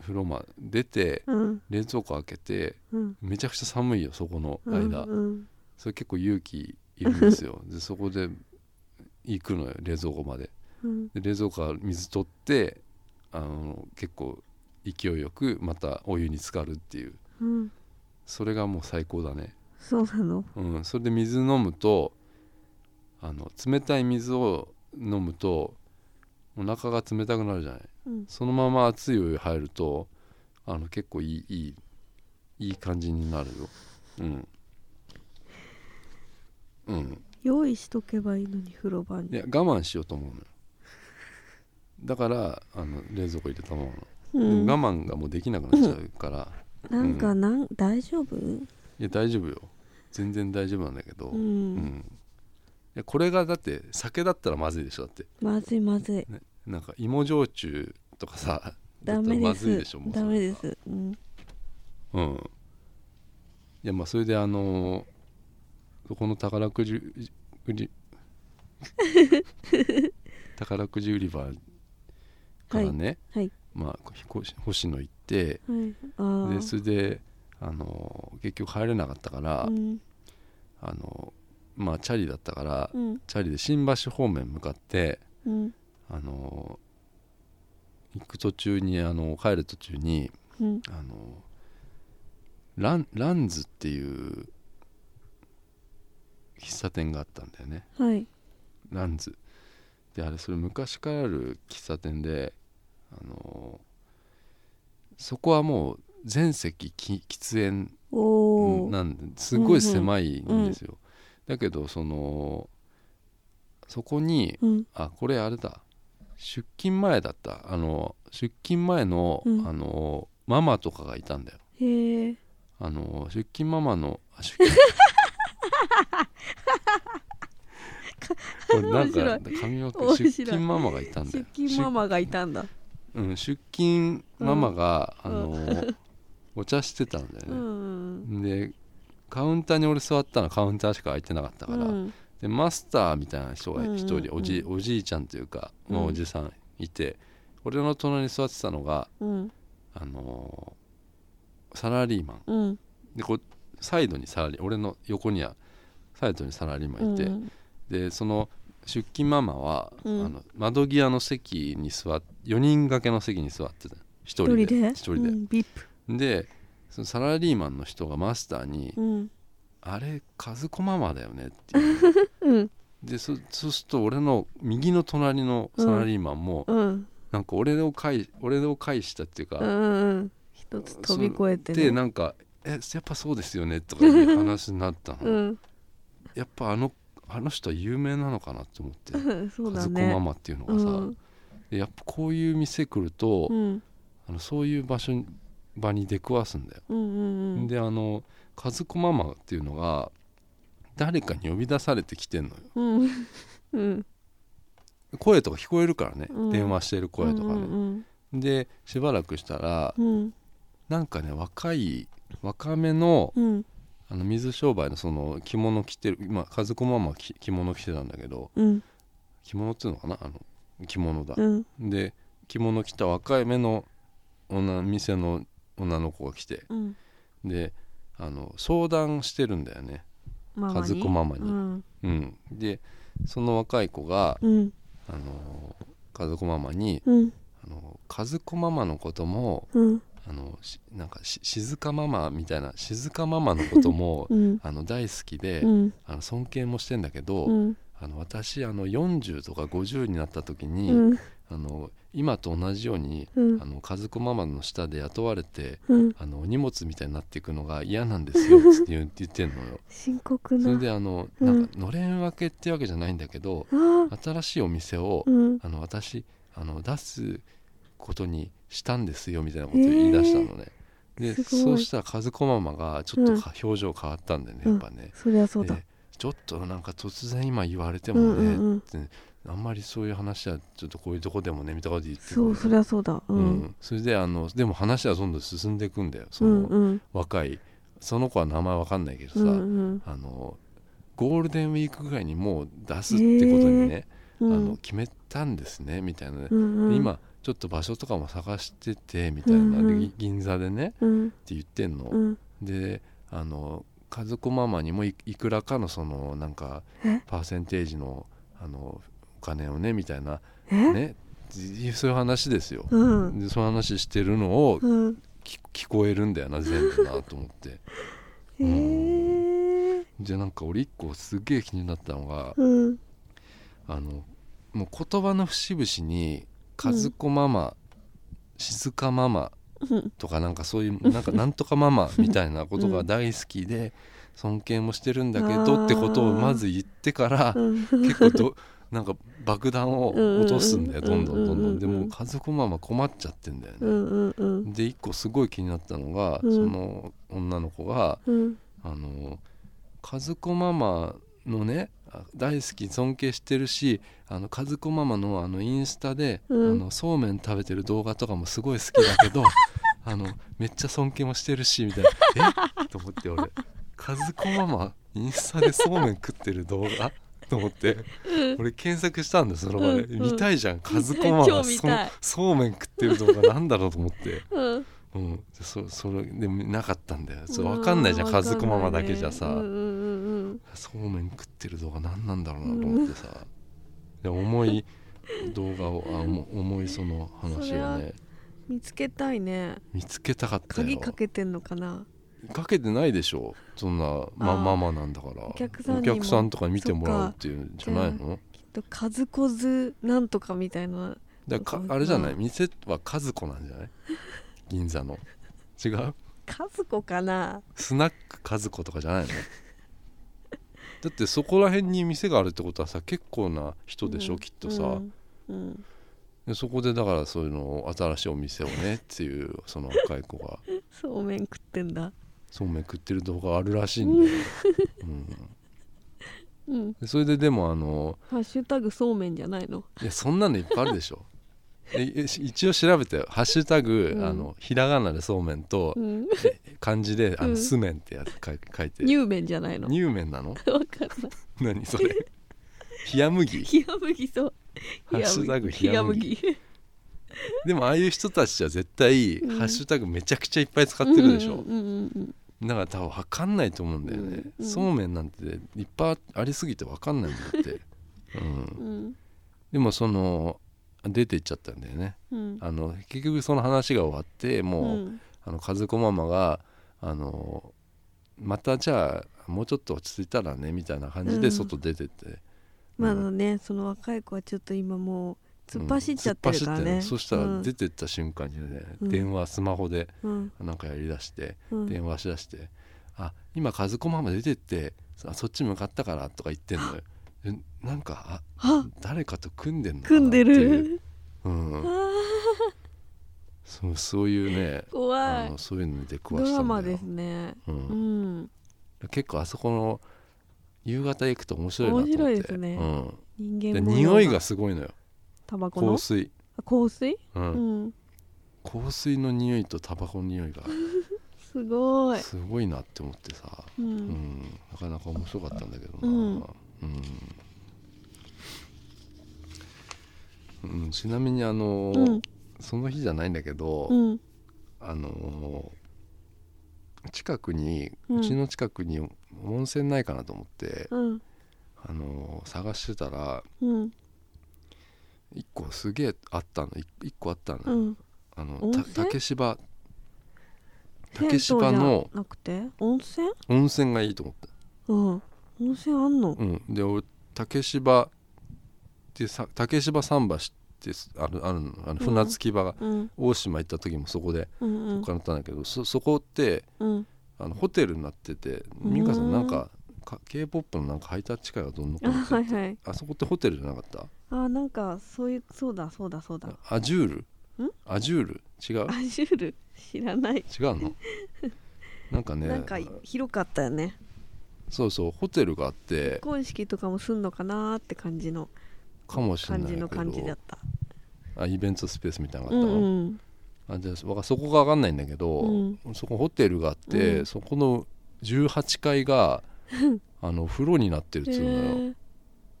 風呂ま出て
うん
冷蔵庫開けて
うん
めちゃくちゃ寒いよそこの
うん
間、
うん
それ結構勇気いるんです よでそこで行くのよ冷蔵庫まで
うん
で冷蔵庫から水取ってあの結構勢いよくまたお湯に浸かるっていう
うん
それがもう最高だね
そうなの
うんそれで水飲むとあの冷たい水を飲むとお腹が冷たくなるじゃない
うん
そのまま熱いお湯入るとあの結構いいいいいい感じになるようんうん
用意しとけばいいのに風呂場
い
に
や我慢しようと思うのよだからあの冷蔵庫入れたままなの、
うん
でも我慢がもうできなくなっちゃうから、
なんかなん大丈夫
いや大丈夫よ全然大丈夫なんだけど、
う
うんんいやこれがだって酒だったらまずいでしょだって
まずいまずい
なんか芋焼酎とかさだ
ダ
ったら
メ
ま
で
ずい
す
でしょもうそれ
ダメですうん
うんいやまあそれであのーそこの宝くじ売 り宝くじ売り場からね、
はいはい
まあひこ星野行って
はいああ
でそれであのー結局入れなかったから、
うん
あのーまあチャリだったから、
うん
チャリで新橋方面向かって
うん
あのー行く途中にあの帰る途中に
うん
あのランランズっていう喫茶店があったんだよね
はい
ランズであれそれ昔からある喫茶店であのそこはもう全席き喫煙
おお
なんですごい狭いんですよ、だけどそのそこに
うん
あこれあれだ出勤前だったあの出勤前の,、
うん
あのママとかがいたんだよ
へえ
あ の出勤ママのあ出勤これなんか
面
神岡
面白
出
い
勤ママがいたんだ
出
よ
勤ママがいたんだ
出,、うん、出勤ママが、あの お茶してたんだ
う
よね、
ん
でカウンターに俺座ったのカウンターしか空いてなかったから、
うん
でマスターみたいな人が一人、
うんうんうん
おじおじいちゃんというか、まあ
うん
おじさんいて俺の隣に座ってたのが、
うん
あのーサラリーマン
うん
でこうサイドにサラリー俺の横にはサイドにサラリーマンいて、
うん
でその出勤ママは、
うん
あの窓際の席に座って4人掛けの席に座ってた一人で
一
一
人でう
人
んビッ
で
プ
でそのサラリーマンの人がマスターに
うん
「あれ和子ママだよね」っていう
うん
でそそうすると俺の右の隣のサラリーマンも、
うん
なんか俺を介俺を介したっていうか、
うんうん一つ飛び越えて
で
ね
なんか「えやっぱそうですよね」とかいう話になったの、
うん
やっぱあのあの人は有名なのかなと思って
う
「
んそう
和
だ
子
ね
ママ」っていうのがさ、
うん
でやっぱこういう店来ると、
うん
あのそういう場所に場に出くわすんだよ、
うんうんうん
であの和子ママっていうのが誰かに呼び出されてきてんのよ
うんうん
声とか聞こえるからね、
うん
電話してる声とかね、
うん
でしばらくしたら
うんうん
なんかね若い若めの
うん
あの水商売のその着物着てる今和子ママは着着物着てたんだけど
うん
着物っていうのかなあの着物だ、
うん
で着物着た若い目の女店の女の子が来て
うん
であの相談してるんだよね
マ
和
マに
子ママ
う
に、
ん
うんでその若い子が、
うん
あの和子ママに
うん
あの和子ママのことも
うん
あのしなんかし静かママみたいな静かママのことも
うん
あの大好きで、
うん
あの尊敬もしてんだけど、
うん
あの私あの40とか50になった時に、
うん
あの今と同じように、
うん
あの和子ママの下で雇われて
うん
あのお荷物みたいになっていくのが嫌なんです よつって言う言ってんのよ。
深刻
それ
な
であの
うん
なんかのれん分けってわけじゃないんだけど、
あ
新しいお店を、
うん
あの私あの出すことにしたんですよみたいなことを言い出したのね、です
ごい
そうしたら和子ママがちょっと
うん
か表情変わったんだよね、
うん
やっぱね、
そりゃそうだ
でちょっとなんか突然今言われて
う
も
ん
ね、
うんうん
あんまりそういう話はちょっとこういうとこでもねみたいなこと言ってた
そ
のね
うそりゃそうだう
うんんそれであのでも話はどんどん進んでいくんだよそ
うん
の
うん
若いその子は名前わかんないけどさ、
うんうん
あのゴールデンウィークぐらいにもう出すってことにね、
う
あの
ん
決めたんですねみたいな、
うんうん
で今ちょっと場所とかも探しててみたいな、
うんうん
でぎ銀座でね
うん
って言ってんの、
うん
であの和子ママにもいいくらかのそのなんか
え
パーセンテージのあのお金をねみたいな
え
ねじそういう話ですよ、
うん
でその話してるのを
うん
聞聞こえるんだよな全部なと思って
えー
でなんか俺一個すげえ気になったのが
うん
あのもう言葉の節々に「和子ママ」静かママ」
うん
とかなんかそういうなんかなんとかママみたいなことが大好きで尊敬もしてるんだけ
あ
ど
ー
ってことをまず言ってから
うん
結構どなんか爆弾を落とすんだよ
うん
ど
うん
どん
ん
どんど
うんうん
んでもう和子ママ困っちゃってんだよね。
うんうん
で一個すごい気になったのがそ
うん
の女の子が
うん
あの和子ママのねあ大好き尊敬してるしあの和子ママのあのインスタで、
うん
あのそうめん食べてる動画とかもすごい好きだけ どあのめっちゃ尊敬もしてるしみたいなえと思って俺和子ママインスタでそうめん食ってる動画 と思って俺検索したんだよその場で、
うんうん
見たいじゃん和子ママ
超
が
見
そ
たい
そうめん食ってる動画なんだろうと思って。
うん
うん、でそそれでもなかったんだよそうわかんないじゃん和子ママだけじゃさ、
うんうん
そうめん食ってる動画何なんだろうなと思ってさ、で重い動画をあ重重いその話
それ
を
は
ね
見つけたいね
見つけたかったよ
鍵かけてんのかな
かけてないでしょそんな、ま、
あー
ママなんだから
お客さんにも
お客さんとかに見てもらうっていうんじゃないの
きっと数子図なんとかみたいな
だから
そう
か
か
あれじゃない店は和子なんじゃない銀座の違う
数子かな
スナック和子とかじ ゃないのだってそこら辺に店があるってことはさ結構な人でしょ、
うん
きっとさ、
うんうん
でそこでだからそういうのを新しいお店をねっていうその若い子が
そうめん食ってんだ
そうめん食ってる動画あるらしいんだよ、うん
うん
でそれででもあの
ハッシュタグそうめんじゃないの
いやそんなのいっぱいあるで しょええし一応調べてよハッシュタグ、
うん
あのひらがなでそうめんと
うん
漢字で「あ
う
の
ん
すめん」ってやつ書い書いて
乳麺じゃないの
乳麺なの
わかんない
何それ冷麦
冷麦そう
ハッシュタグ冷
冷
麦
麦
でもああいう人たちは絶対、
うん
ハッシュタグめちゃくちゃいっぱい使ってるでしょ、
うんうんうんうん
だから多分分かんないと思うんだよね、
うんうん
そうめんなんていっぱいありすぎて分かんないんだ って、うん
う、ん
でもその出ていっちゃったんだよね
うん
あの結局その話が終わってもう、あの和子ママがあのまたじゃあもうちょっと落ち着いたらねみたいな感じ
う
で
ん
外出てって、
まああのねその若い子はちょっと今もう突っ走っちゃってるから
うん突っ走って
ね
そしたら
うん
出てった瞬間にね、
うん
電話スマホで
うん
なんかやりだして、
うん
電話しだして「あ今和子ママ出てってあそっち向かったから」とか言ってんのよえなんか
あ
あ誰かと組んでんのかな
組んで
っていう、
る
うん、
あ
そうそういうね
ー怖
あ
い
のそういうのに出くわ
ド
し
ラ
たんだ
マ
よ
ですね
う、
うんん
結構あそこの夕方行くと面白いなと思って
面白いですね
うん
人
で
間模様
匂いがすごいのよ
タバコの
香水、
あ香水
うん
うん
香水の匂いとタバコの匂い
すご
が
い
すごいなって思ってさ、
う
うんん、なかなか面白かったんだけどな、
うん
うんうんちなみにあの、
うん
その日じゃないんだけど、
うん
あの近くに、
うん
うちの近くに温泉ないかなと思って、
うん
あの探してたら
うん
一個すげえあったのい一個あったの,、
うん
あの
温
た
泉
竹芝
銭湯
竹
じゃ
芝の
なくて温泉
温泉がいいと思った
うん温泉あんの
うん、で俺竹芝ってさ竹芝桟橋ってすあるあるのあの
うん
船着き場が、
うん
大島行った時もそこで
うんうん
行ったんだけど、そそこって
うん
あのホテルになってて美香さんなんかか k p o p のなんかハイタッチ会がどんどん変
あ
わって
はい
って
はい
あそこってホテルじゃなかった
あなんかそういうそうだそうだそうだ
アジュール
ん
アジュール違う
アジュール知らない
違う のなんかね
なんか広かったよね
そうそうホテルがあって
結婚式とかもすんのかなーって感じの
かもしれ
感
ない
じ
けど
の感じだった
あイベントスペースみたいなの
う
があったの、
ん
あじゃあわかそこが分かんないんだけど、
うん
そこホテルがあって、
うん
そこの18階 があの風呂になってるっ
う
つう
ん
のよ、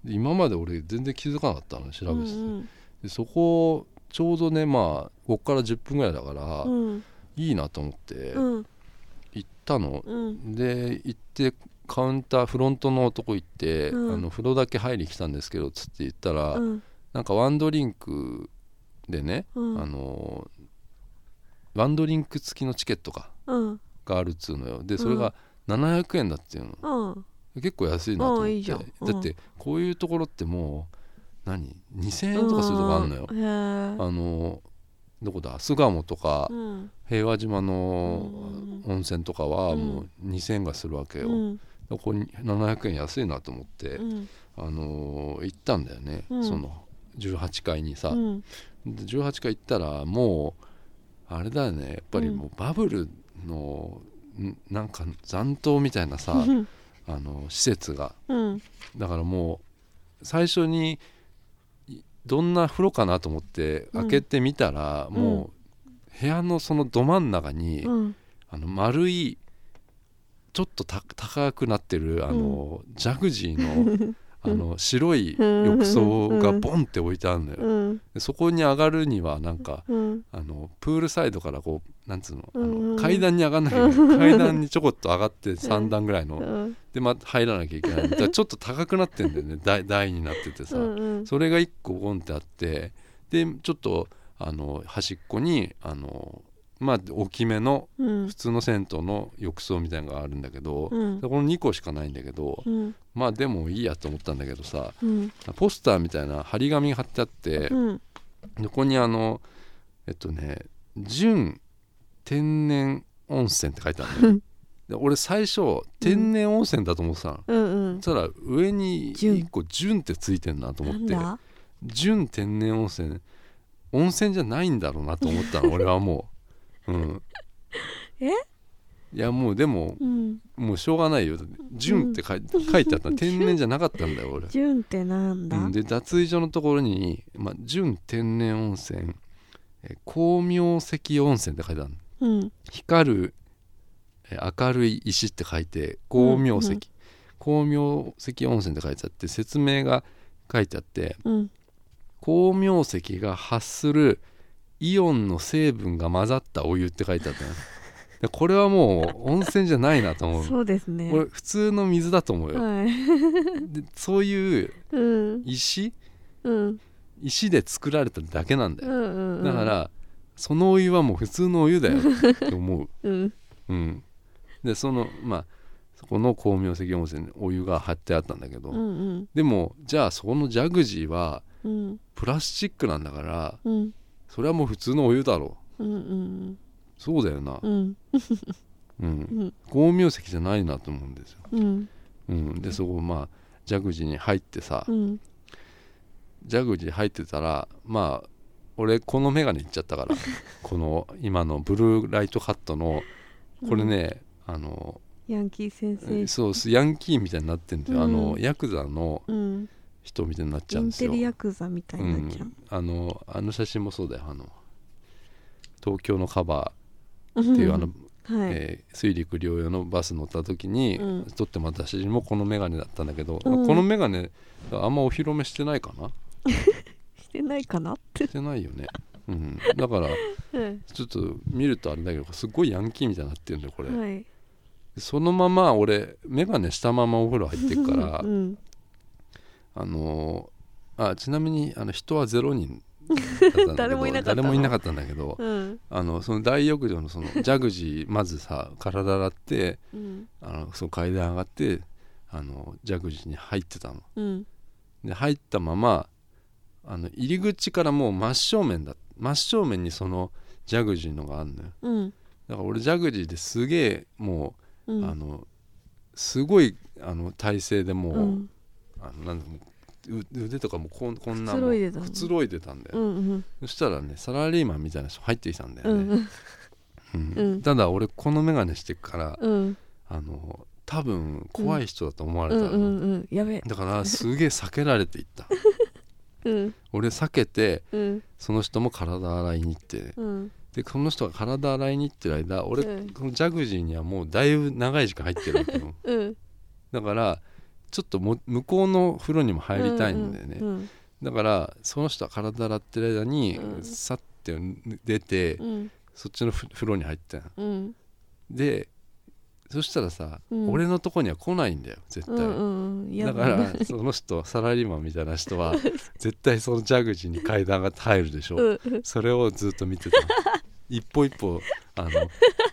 で今まで俺全然気づかなかったの調
へー
べてて、
うん
でそこちょうどねまあこっから10分ぐらいだから、
うん
いいなと思って
うん
行ったの、
うん
で行ってカウンターフロントのとこ行って、
うん
あの風呂だけ入り来たんですけどつって言ったら、
うん
なんかワンドリンクでね、
うん
あのワンドリンク付きのチケットか
うん
があるっつうのよでそれが700円だっていうの、
うん
結構安いなと思っ
ああ
て
いいじゃんうん
だってこういうところってもう何2000円とかするとこあるのよ、
へー
あのどこだ巣鴨とか
うん
平和島の
うん
温泉とかはもう2000円がするわけよ、
うん
ここに700円安いなと思って、
うん
あの行ったんだよね、
うん
その18階にさ、
うん
で18回行ったらもうあれだよねやっぱりもうバブルの、んなんか残党みたいな さあの施設が
うん
だからもう最初にいどんな風呂かなと思って
うん
開けてみたら、
ん
もう部屋のそのど真ん中に、
うん
あの丸いちょっとた高くなってるあの、ジャグジー のあの白い浴槽がボンって置いてあるのよ。
うん
でそこに上がるにはなんか
うん
あのプールサイドからこうなんつうのあ
うんうんう
の
ん
階段に上がんなきゃいけない階段にちょこっと上がって3段ぐらいの
うん
でまた入らなきゃいけないだからちょっと高くなってんだよね台台になっててさ
うん
それが1個ボンってあってでちょっとあの端っこにあのまあ大きめの
うん
普通の銭湯の浴槽みたいなのがあるんだけど
う、ん
でこの2個しかないんだけど
うん
まあでもいいやと思ったんだけどさ
うん
ポスターみたいな張り紙が貼ってあって、
うん
ここにあのえっとね純天然温泉って書いてあるのよで俺最初天然温泉だと思ってたの、
うんうん
そしたら上に
純
一個純ってついてんなと思って
なんだ
純天然温泉温泉じゃないんだろうなと思 ったの俺はもううん
え
いやもうでも
うん
もうしょうがないよ「純」って書い書いてあったの天然じゃなかったんだよ俺
純ってなんだ、
うんで脱衣所のところに「まあ、純天然温泉」えー「光明石温泉」って書いてあるの
うん
光るえー明るい石って書いて光明石、
うんうん
光明石温泉って書いてあって説明が書いてあって
うん
光明石が発するイオンの成分が混ざったお湯って書いてあったのでこれはもう温泉じゃないなと思う
そうですね
これ普通の水だと思うよ、
はい
でそういう
うん
石
うん
石で作られただけなんだ
うん
よ、
うんうん
だからそのお湯はもう普通のお湯だよって思う
うん
うん、でそのまあそこの光明石温泉にお湯が張ってあったんだけど、
うんうん
でもじゃあそこのジャグジーは
うん
プラスチックなんだから
うん
それはもう普通のお湯だろ
うんうん
そうだよな
う、ん
うん
うん
光明石じゃないなと思うんですよ、
うん
うん、でそこまあジャグジーに入ってさ、
うん
ジャグジー入ってたらまあ俺この眼鏡いっちゃったからこの今のブルーライトカットのこれね、あの
ヤンキー先生
そうすヤンキーみたいになってんだよ、あの
うん
ヤクザの
うん
人みたいになっち
イ
ゃうん
ン
です
テ
よ
リヤクザみたいになっちゃ
うん、あのあの写真もそうだよあの東京のカバ
う
ー
ん
っていうあの、
はい
えー水陸両用のバス乗った時に、
うん
撮ってもらった写真もこの眼鏡だったんだけど、
うん
この眼鏡あんまお披露目してないかな
してないかなって
してないよね、うん、だから
はい
ちょっと見るとあれだけどすごいヤンキーみたいになってるんだよこれ、
はい
そのまま俺眼鏡したままお風呂入ってくから、
うん
あのーあちなみにあの人はゼロ人だったんだけど
誰もいなかったの
誰もいなかったんだけど
うん
あのその大浴場の そのジャグジーまずさ体洗って
うん
あのその階段上がってあのジャグジーに入ってたの
うん
で入ったままあの入り口からもう真正面だ真正面にそのジャグジーのがあるのよ
うん
だから俺ジャグジーですげえも
う
う、
ん
あのすごいあの体勢でもう、
うん
あのなんだもうう腕とかもこんこんな
くつ
も
ろ
う
いでたの
くつろいでたんだ
う
よ、
んうん
そしたらねサラリーマンみたいな人入ってきたんだ
う
よね、
ん
うん
うん
ただ俺この眼鏡してっから
うん
あの多分怖い人だと思われ
う
た
ん
の、
うんうんやべえ
だからすげえ避けられていった
うん
俺避けて
うん
その人も体洗いに行って
うん
でその人が体洗いに行ってる間俺、
うん
このジャグジーにはもうだいぶ長い時間入ってるわけよ
うん
だからちょっとも向こうの風呂にも入りたいんだよね、
うん
だからその人は体洗ってる間に、
うん
さって出て、
うん
そっちのふ風呂に入ったの
うん
でそしたらさ、
うん
俺のとこには来ないんだよ絶
う
対、
んうんうんや
だ
だ
からその人サラリーマンみたいな人 は絶対そのジャグジーに階段が入るでしょ、
うん
それをずっと見 てた一歩一歩あの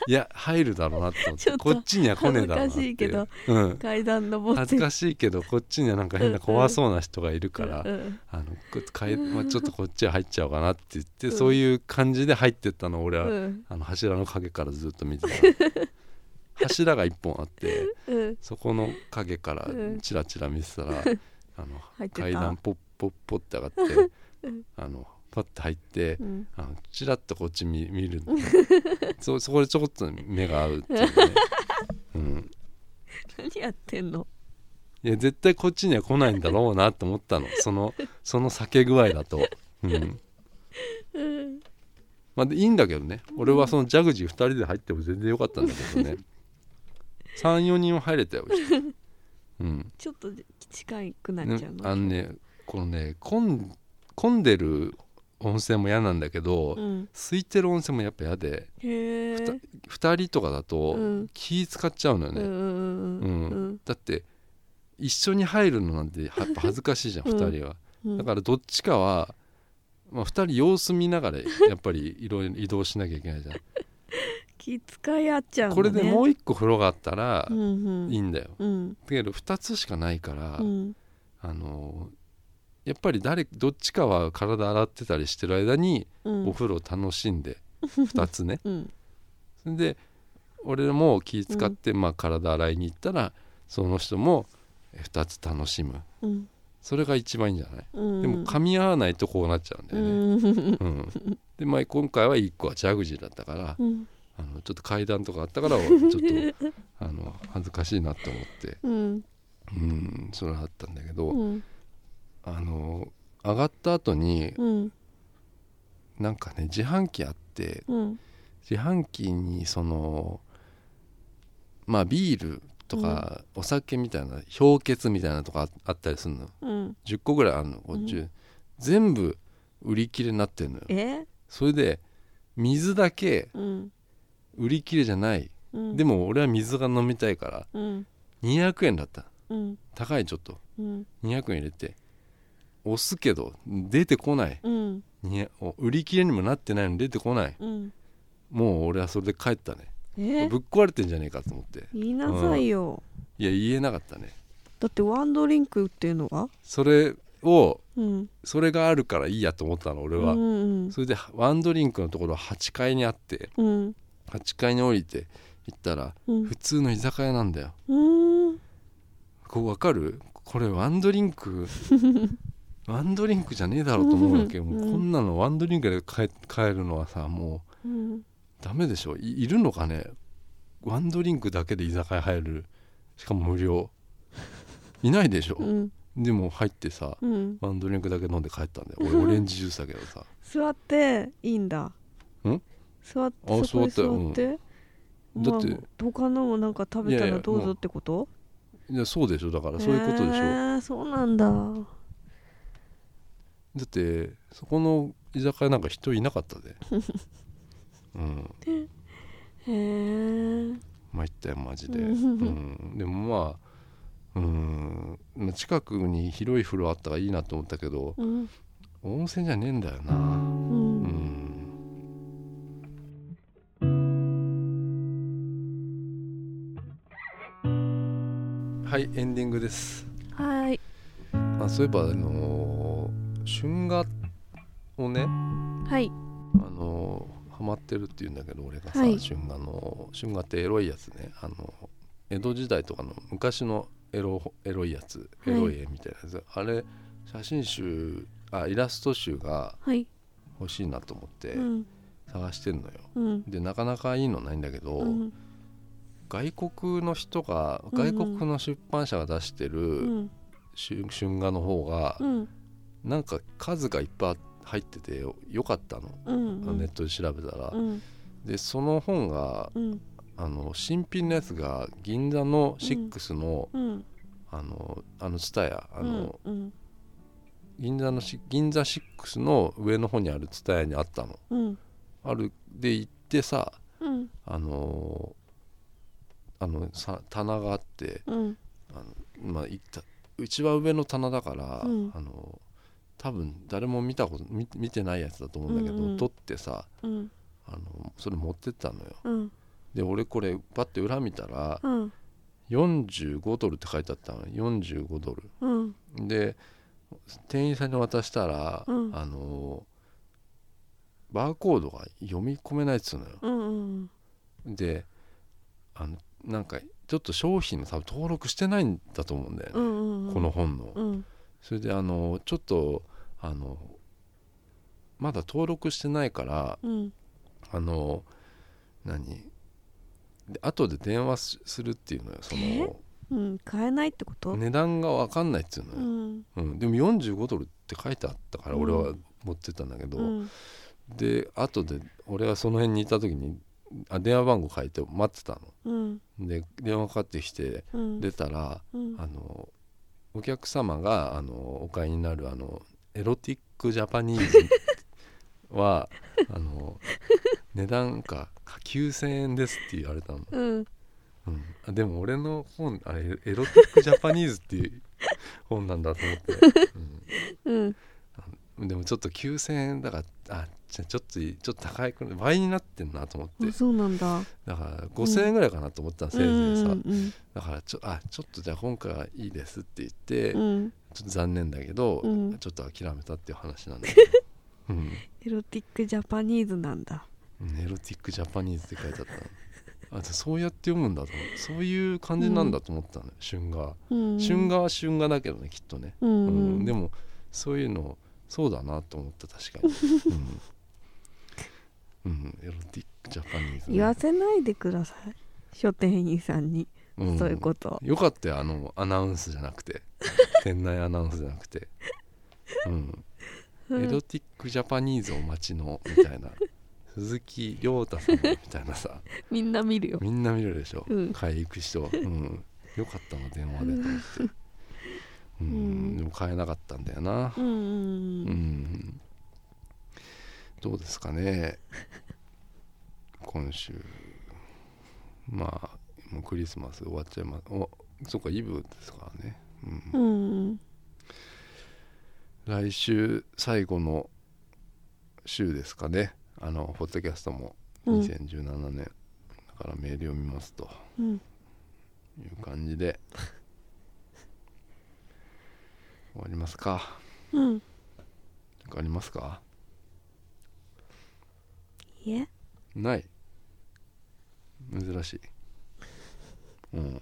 いや入るだろうなと思っ
ち
て
ょっと
こっちには来ねえだろうなって
恥ずかしいけど
うん、
階段登っ
恥
て
ずかしいけどこっちにはなんか変な怖そうな人がいるから、
うん
あのこかえ、まあ、ちょっとこっち入っちゃおうかなって言って、
うん
そういう感じで入ってったのを俺
う
は、
ん
あの柱の陰からずっと見てた 柱が一本あって
うん
そこの陰から
うん
チラチラ見てた ら、あ
入っ
の
てた
階段ポッポッポッって上がって、
ん
あのパッて入って、
うん
あのチラッとこっち見見る そそこでちょこっと目が合うっていうね、うん、
何やってんの
いや絶対こっちには来ないんだろうなと思 ったのそのその避け具合だと。うん
うん
まあ、でいいんだけどね俺はそのジャグジー2人で入っても全然よかったんだけどね34人は入れたよ、 うん、
ちょっと近くなっちゃう
あの
の
ねこのね混ん混んでる温泉も嫌なんだけど、
うん
空いてる温泉もやっぱ嫌で
へえ
2人とかだと
うん
気使っちゃうのよ
うんう
ね、
んうんうん
だって一緒に入るのなんてやっぱ恥ずかしい じゃん、
うん
2人は
うん
だからどっちかは、まあ、2人様子見ながらやっぱりいろいろ移動しなきゃいけないじゃん
気遣い合っちゃうのね
これでもう一個風呂があったら
うんうん
いいんだよ、
うん
だけど2つしかないから、
うん
あのやっぱり誰どっちかは体洗ってたりしてる間に
うん
お風呂を楽し んで、2つね
うん
それで俺も気使って、まあ、体洗いに行ったらその人も2つ楽しむ
うん
それが一番いいんじゃない、
うん
でも噛み合わないとこうなっちゃうんだ
う
よね、
ん
うんで、まあ、今回は1個はジャグジーだったから、
うん
あのちょっと階段とかあった からちょっとあの恥ずかしいなと思って
うん
うんそれはあったんだけど、
うん
あの上がった後に
うん
なんかね自販機あって
うん
自販機にそのまあビールとかお酒みたいな氷結みたいなとかあったりするの
うん
10個ぐらいあるのこっち、全部売り切れになってんのよ
え
それで水だけ
うん
売り切れじゃない、
うん
でも俺は水が飲みたいから
うん
200円だった
うん
高いちょっと
うん
200円入れて押すけど出てこない
うん
にお売り切れにもなってないのに出てこない
うん
もう俺はそれで帰ったね
え
ぶっ壊れてんじゃねえかと思って
言いなさいよ
いや言えなかったね
だってワンドリンクっていうのは
それを
うん
それがあるからいいやと思ったの俺
う
は、
ん
それでワンドリンクのところ8階にあって
うん
8階に降りて行ったら
うん
普通の居酒屋なんだよ
うん
こうわかるこれワンドリン クワンドリンクじゃねえだろうと思うわけよもう
うん
こんなのワンドリンクで帰帰るのはさもう
うん
ダメでしょいいるのかねワンドリンクだけで居酒屋入るしかも無料いないでしょ、
うん
でも入ってさ
うん
ワンドリンクだけ飲んで帰ったんだよ俺オレンジジュースだけどさ
座っていいんだ
ん
座って
あ
そこに
座ったよ
座って
うん
まあ
だって
他のもなんか食べた
いやい
ら
や
どう
も
ぞ
う
ってこと
いやそうでしょだからそういうことでしょ、
へーそうなんだ
だってそこの居酒屋なんか人いなか ったでうん
へえ
参ったよマジで、う
うん
ん、でもまあうんまあ近くに広い風呂あったらいいなと思ったけど
うん
温泉じゃねえんだよな
う
うんんはいエンディングです
はい
あそういえばあのー春画をね
はい
あのーハマってるって言うんだけど俺がさ、
はい
春画の春画ってエロいやつねあの江戸時代とかの昔のエロエロいやつエ
はい
ロい絵みたいなやつ、あれ写真集あイラスト集が
はい
欲しいなと思って
うん
探してんのよ、
うん
でなかなかいいのないんだけど、
うん
外国の人が
うんうん
外国の出版社が出して
う
る
ん
春,、春画の方が、
うん
なんか数がいっぱい入っててよよかったの、
うんうん
あのネットで調べたら、
うん
でその本が
うん
あの新品のやつが銀座の6の、
うん
あのあのツタヤあの、
うん
銀座のし銀座6の上の方にあるツタヤにあったの
うん
あるで行ってさ
うん
あのあのさ棚があって
うん
あのまあ行った一番上の棚だから、
うん
あの多分誰も見たこと見見てないやつだと思うんだけど、
うんうん
取ってさ
うん
あのそれ持ってったのよ
うん
で俺これパッて裏見たら
うん
45ドルって書いてあったの45ドル
うん
で店員さんに渡したら、
うん
あのバーコードが読み込めないっつうのよ
うんうん
であのなんかちょっと商品の多分登録してないんだと思うんだよ
う
ね、
んうん
この本の、
うん
それであのちょっとあのまだ登録してないから
うん
あの何で後で電話すするっていうのよその
うん買えないってこと
値段が分かんないっていう
う
のよ、
ん
うんでも45ドルって書いてあったから
うん
俺は持ってったんだけど、
うん
で後で俺がその辺にいた時にあ電話番号書いて待ってた
うん
ので電話かかってきて
うん
出たら、
うん
あのお客様があのお買いになるあのエロティックジャパニーズは あの値段か9000円ですって言われたの、
うん
うんあでも俺の本あれエロティックジャパニーズっていう本なんだと思 って、
うん
うん、でもちょっと9000円だからあじゃあちょっといちょっと高いくらい倍になってんなと思って
あそうなんだ
だから5000円ぐらいかなと思ったの、せいぜいさ、
うんうん
だからちょあちょっとじゃあ本からいいですって言って、
うん
ちょっと残念だけど、
うん
ちょっと諦めたっていう話なんだ けど、うん、
エロティックジャパニーズなんだ
エロティックジャパニーズって書いてあったのあそうやって読むんだと思ってそういう感じなんだと思ったのよ、春画
うん
春画は春画だけどねきっとね、
う
うん
うん
んでもそういうの そうだなと思った確かに、うんうん、エロティッジャパニーズ、ね、
言わせないでください書店員さんに、
うん
そういうこと
よかったよあのアナウンスじゃなく て店内アナウンスじゃなくて、うん、エドティックジャパニーズお待ちのみたい な鈴木亮太さんみたいなさ
みんな見るよ
みんな見るでしょ、
うん
買い行く人、うん、よかったな電話でと思 って、うん
うん
でも買えなかったんだよな
うん
う
うん
んどうですかね今週まあもうクリスマス終わっちゃいますおそうかイブですからね、うん
うん
来週最後の週ですかねあのポッドキャストも
うん
2017年、だからメール読みますと
うん
いう感じ で終わりますか
うん
何かありますか
いえ
ない珍しいうん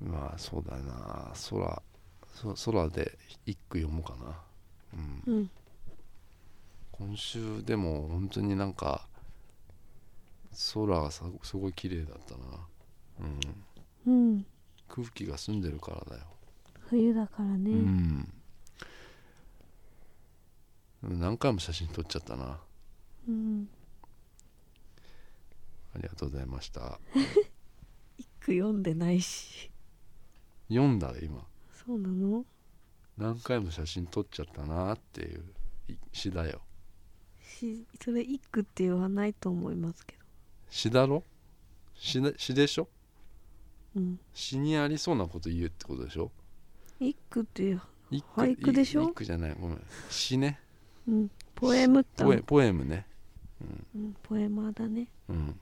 まあそうだな空そ空で一句読もうかなうん
うん
今週でも本当になんか空がさすごい綺麗だったなうん
うん
空気が澄んでるからだよ
冬だからね、
うん何回も写真撮っちゃったな
うん、
ありがとうございました
一句読んでないし
読んだで今
そうなの
何回も写真撮っちゃったなっていう詩だよ
しそれ一句って言わないと思いますけど
詩だろ詩で詩でしょ
うん
詩にありそうなこと言うってことでしょ
一句っていう
一句
俳句でしょ
い一句じゃないごめん詩ね
うんポエムって
ポエポエムね
うん、ポエマーだね
うん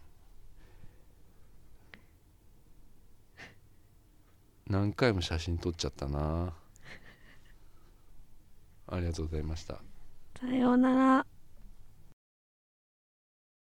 何回も写真撮っちゃったなありがとうございました
さようなら